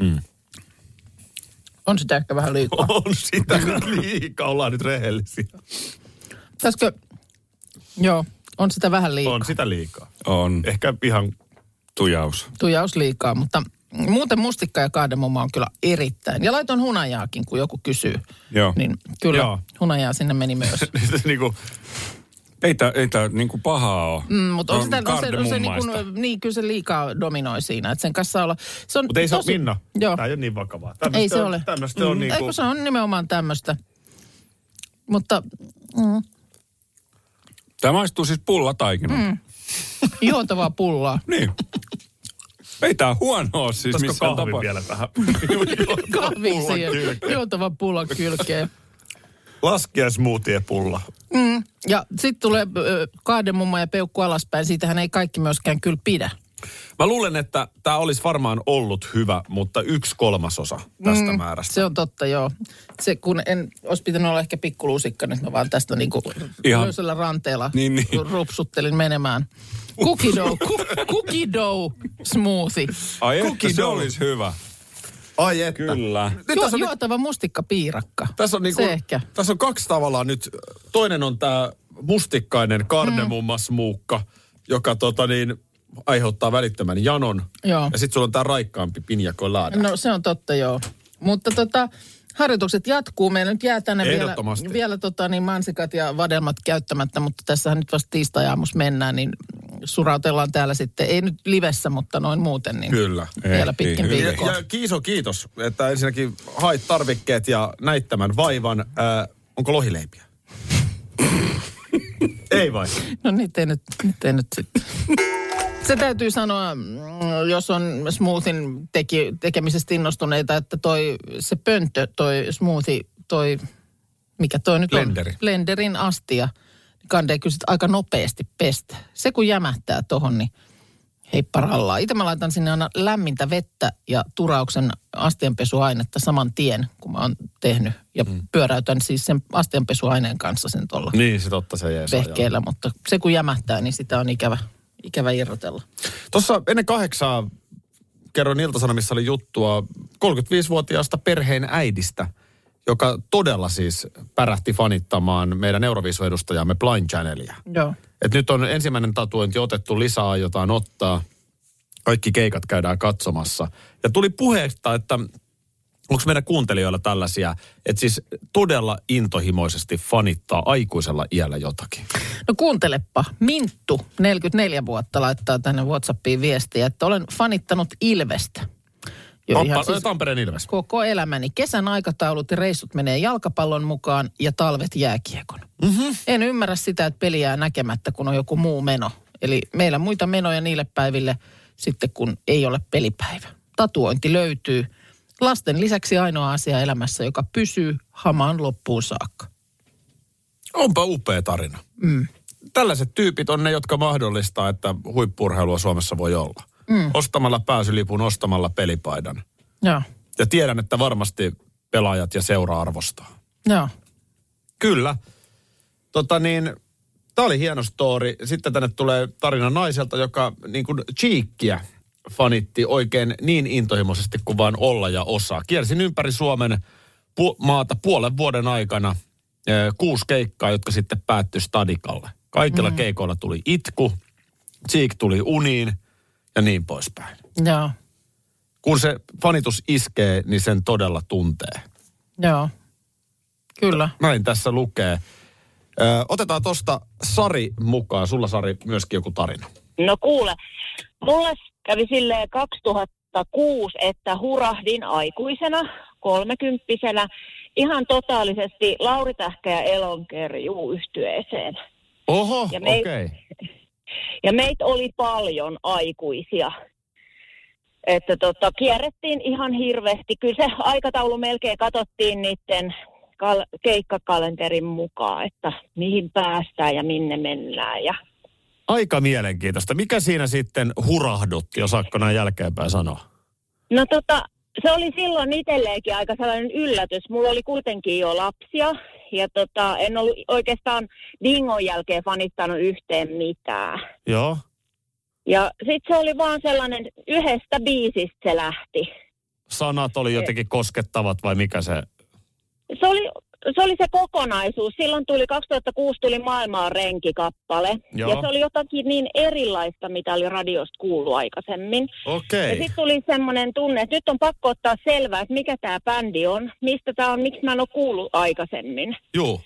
[SPEAKER 2] Mm.
[SPEAKER 4] Mm.
[SPEAKER 3] On sitä ehkä vähän liikaa.
[SPEAKER 2] On sitä nyt liikaa, ollaan nyt rehellisiä.
[SPEAKER 3] Pitäisikö, joo, on sitä vähän liikaa.
[SPEAKER 2] On sitä liikaa.
[SPEAKER 4] On
[SPEAKER 2] Ehkä ihan
[SPEAKER 4] tujaus.
[SPEAKER 3] tujaus liikaa, mutta muuten mustikka ja kaademoma on kyllä erittäin. Ja laitoin hunajaakin, kun joku kysyy.
[SPEAKER 4] Joo.
[SPEAKER 3] Niin kyllä,
[SPEAKER 2] Joo.
[SPEAKER 3] hunajaa sinne meni myös.
[SPEAKER 2] niinku,
[SPEAKER 4] Ei tää, ei tää niinku pahaa oo.
[SPEAKER 3] Mm, mutta on, sitä, on, se, on se niin,
[SPEAKER 4] kardemummaista.
[SPEAKER 3] kuin, niin, kyllä se liikaa dominoi siinä, että sen kanssa olla. Se on
[SPEAKER 2] mutta ei se
[SPEAKER 3] tosi,
[SPEAKER 2] ole Minna.
[SPEAKER 3] Joo,
[SPEAKER 2] Tämä ei ole niin vakavaa.
[SPEAKER 3] ei se ole.
[SPEAKER 2] Tämmöistä on
[SPEAKER 3] Mm,
[SPEAKER 2] niinku...
[SPEAKER 3] Eikö se on nimenomaan tämmöistä. Mutta mm,
[SPEAKER 4] Tämä maistuu siis pullataikina. Mm.
[SPEAKER 3] juotavaa pullaa.
[SPEAKER 4] Niin. Ei tää huono oo siis
[SPEAKER 2] Olisiko
[SPEAKER 4] missään
[SPEAKER 2] kahvi
[SPEAKER 4] tapauksessa.
[SPEAKER 2] vielä tähän?
[SPEAKER 3] Kahvi siihen, juotava pulla kylkeen.
[SPEAKER 2] Laskea smoothie-pulla.
[SPEAKER 3] Ja sitten tulee ö, kaademumma ja peukku alaspäin. Siitähän ei kaikki myöskään kyllä pidä.
[SPEAKER 2] Mä luulen, että tämä olisi varmaan ollut hyvä, mutta yksi kolmasosa tästä mm, määrästä.
[SPEAKER 3] Se on totta, joo. Se, kun en olisi pitänyt olla ehkä pikkuluusikka, nyt mä vaan tästä niinku
[SPEAKER 4] Ihan.
[SPEAKER 3] löysällä ranteella
[SPEAKER 4] Niin, niin.
[SPEAKER 3] rupsuttelin menemään. Cookie dough, ku, cookie dough smoothie.
[SPEAKER 2] Niin,
[SPEAKER 4] Ai että
[SPEAKER 2] Cookie
[SPEAKER 4] se
[SPEAKER 2] dough.
[SPEAKER 4] olisi hyvä.
[SPEAKER 2] Ai että.
[SPEAKER 4] Kyllä.
[SPEAKER 2] Nyt
[SPEAKER 3] Ju,
[SPEAKER 2] tässä on,
[SPEAKER 3] juotava mustikkapiirakka.
[SPEAKER 2] tässä on, niinku,
[SPEAKER 3] Se ehkä.
[SPEAKER 2] tässä on kaksi tavallaan nyt. Toinen on tämä mustikkainen karnemummasmuukka,
[SPEAKER 3] Mm.
[SPEAKER 2] joka tota niin, aiheuttaa välittömän janon.
[SPEAKER 3] Joo.
[SPEAKER 2] Ja sitten sulla on tämä raikkaampi pinjakolaada.
[SPEAKER 3] No se on totta, joo. Mutta tota, harjoitukset jatkuu. Meillä nyt jää tänne vielä,
[SPEAKER 2] Ehdottomasti.
[SPEAKER 3] vielä tota, niin mansikat ja vadelmat käyttämättä, mutta tässähän nyt vasta tiistai-aamussa mennään, niin surautellaan täällä sitten. Ei nyt livessä, mutta noin muuten, niin
[SPEAKER 2] Kyllä.
[SPEAKER 3] vielä
[SPEAKER 4] Ehtii,
[SPEAKER 3] pitkin
[SPEAKER 4] hyvin.
[SPEAKER 3] viikkoa.
[SPEAKER 2] Ja kiiso kiitos, että ensinnäkin hait tarvikkeet ja näit tämän vaivan. Ää, onko lohileipiä? Ei vai?
[SPEAKER 3] No niitä ei nyt, niitä ei nyt sitten. Se täytyy sanoa, mm, jos on smoothin teki, tekemisestä innostuneita, että toi, se pönttö, toi smoothie, toi, mikä toi nyt
[SPEAKER 2] Blenderi.
[SPEAKER 3] on? Blenderin astia. Kande kyllä sit aika nopeasti pestä. Se kun jämähtää tohon, niin hei parallaa. Itse mä laitan sinne aina lämmintä vettä ja turauksen astianpesuainetta saman tien, kun mä oon tehnyt. Ja mm. pyöräytän siis sen astianpesuaineen kanssa sen tuolla
[SPEAKER 2] Niin, se totta se jees.
[SPEAKER 3] vehkeillä, mutta se kun jämähtää, niin sitä on ikävä, ikävä irrotella.
[SPEAKER 2] Tuossa ennen kahdeksaa kerron Iltasanomissa oli juttua 35-vuotiaasta perheen äidistä, joka todella siis pärähti fanittamaan meidän Euroviisuedustajaamme Blind Channelia.
[SPEAKER 3] Joo.
[SPEAKER 2] Et nyt on ensimmäinen tatuointi otettu, lisää jotain ottaa. Kaikki keikat käydään katsomassa. Ja tuli puheesta, että onko meidän kuuntelijoilla tällaisia, että siis todella intohimoisesti fanittaa aikuisella iällä jotakin.
[SPEAKER 3] No kuuntelepa, Minttu, 44 vuotta, laittaa tänne Whatsappiin viestiä, että olen fanittanut Ilvestä. Jo ihan
[SPEAKER 2] Tampa,
[SPEAKER 3] siis
[SPEAKER 2] Tampereen Ilves.
[SPEAKER 3] koko elämäni. Kesän aikataulut ja reissut menee jalkapallon mukaan ja talvet jääkiekon. Mm-hmm. En ymmärrä sitä, että peli jää näkemättä, kun on joku muu meno. Eli meillä on muita menoja niille päiville sitten, kun ei ole pelipäivä. Tatuointi löytyy. Lasten lisäksi ainoa asia elämässä, joka pysyy hamaan loppuun saakka.
[SPEAKER 2] Onpa upea tarina. Mm. Tällaiset tyypit on ne, jotka mahdollistaa, että huippurheilua Suomessa voi olla. Mm. Ostamalla pääsylipun, ostamalla pelipaidan.
[SPEAKER 3] Joo,
[SPEAKER 2] Ja tiedän, että varmasti pelaajat ja seura arvostaa.
[SPEAKER 3] joo.
[SPEAKER 2] Kyllä. Tota niin, tämä oli hieno story. Sitten tänne tulee tarina naiselta, joka niin kuin Cheekkiä fanitti oikein niin intohimoisesti kuin vaan olla ja osaa. Kiersin ympäri Suomen pu- maata puolen vuoden aikana ö, kuusi keikkaa, jotka sitten päättyi stadikalle. Kaikilla mm. keikoilla tuli itku, Cheek tuli uniin ja niin poispäin.
[SPEAKER 3] Joo,
[SPEAKER 2] Kun se fanitus iskee, niin sen todella tuntee.
[SPEAKER 3] joo. Kyllä.
[SPEAKER 2] Näin tässä lukee. Ö, otetaan tuosta Sari mukaan. Sulla Sari myöskin joku tarina.
[SPEAKER 9] No kuule, mulla kävi silleen 2006, että hurahdin aikuisena, kolmekymppisenä, ihan totaalisesti Lauri Tähkä ja Elonker juu yhtyeeseen.
[SPEAKER 2] Oho,
[SPEAKER 9] Ja me
[SPEAKER 2] okei.
[SPEAKER 9] ei-
[SPEAKER 2] Okay.
[SPEAKER 9] Ja meitä oli paljon aikuisia. Että tota, kierrettiin ihan hirveästi. Kyllä se aikataulu melkein katsottiin niiden kal- keikkakalenterin mukaan, että mihin päästään ja minne mennään. Ja
[SPEAKER 2] Aika mielenkiintoista. Mikä siinä sitten hurahdutti, jos Akko näin jälkeenpäin sanoa?
[SPEAKER 9] No tota, se oli silloin itselleenkin aika sellainen yllätys. Mulla oli kuitenkin jo lapsia ja tota, en ollut oikeastaan dingon jälkeen fanittanut yhteen mitään.
[SPEAKER 2] Joo.
[SPEAKER 9] Ja sitten se oli vaan sellainen, yhdestä biisistä se lähti.
[SPEAKER 2] Sanat oli jotenkin koskettavat vai mikä se?
[SPEAKER 9] Se oli se, oli se kokonaisuus. Silloin tuli 2006 tuli Maailmaan renkikappale.
[SPEAKER 2] Joo.
[SPEAKER 9] Ja se oli jotakin niin erilaista, mitä oli radiosta kuullut aikaisemmin. Ja
[SPEAKER 2] Okei.
[SPEAKER 9] sitten tuli semmoinen tunne, että nyt on pakko ottaa selvää, että mikä tämä bändi on, mistä tämä on, miksi mä en ole kuullut aikaisemmin.
[SPEAKER 2] Juu.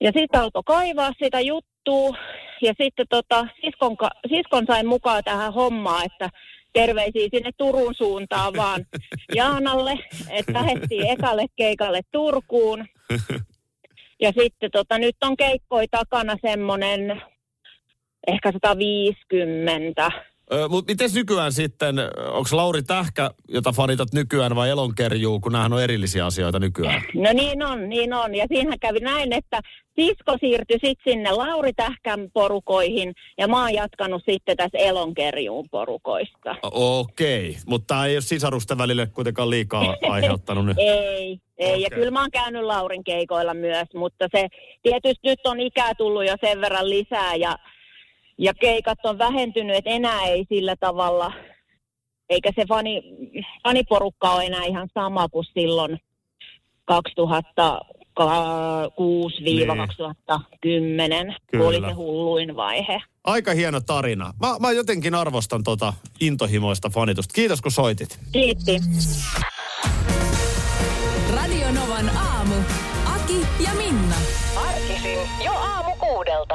[SPEAKER 9] Ja sitten alkoi kaivaa sitä juttua ja sitten tota, siskon, ka- siskon sain mukaan tähän hommaan, että terveisiä sinne Turun suuntaan vaan Jaanalle, että lähdettiin ekalle keikalle Turkuun. Ja sitten tota, nyt on keikkoi takana semmoinen ehkä 150
[SPEAKER 2] Mutta miten nykyään sitten, onko Lauri Tähkä, jota fanitat nykyään, vai elonkerjuu, kun näähän on erillisiä asioita nykyään?
[SPEAKER 9] No niin on, niin on. Ja siinähän kävi näin, että sisko siirtyi sitten sinne Lauri Tähkän porukoihin ja mä oon jatkanut sitten tässä Elonkerjuun porukoissa.
[SPEAKER 2] O- Okei, mutta tämä ei ole sisarusten välille kuitenkaan liikaa aiheuttanut nyt.
[SPEAKER 9] Ei, ei. Okay. Ja
[SPEAKER 2] Okei.
[SPEAKER 9] kyllä mä oon käynyt Laurin keikoilla myös, mutta se tietysti nyt on ikää tullut jo sen verran lisää ja, ja keikat on vähentynyt, että enää ei sillä tavalla, eikä se fani, faniporukka ole enää ihan sama kuin silloin 2006-2010, kun oli
[SPEAKER 2] Niin. Kyllä.
[SPEAKER 9] se hulluin vaihe.
[SPEAKER 2] Aika hieno tarina. Mä, mä jotenkin arvostan tota intohimoista fanitusta. Kiitos kun soitit.
[SPEAKER 9] Kiitti.
[SPEAKER 1] Radio Novan aamu. Aki ja Minna.
[SPEAKER 10] Arkisin jo aamu kuudelta.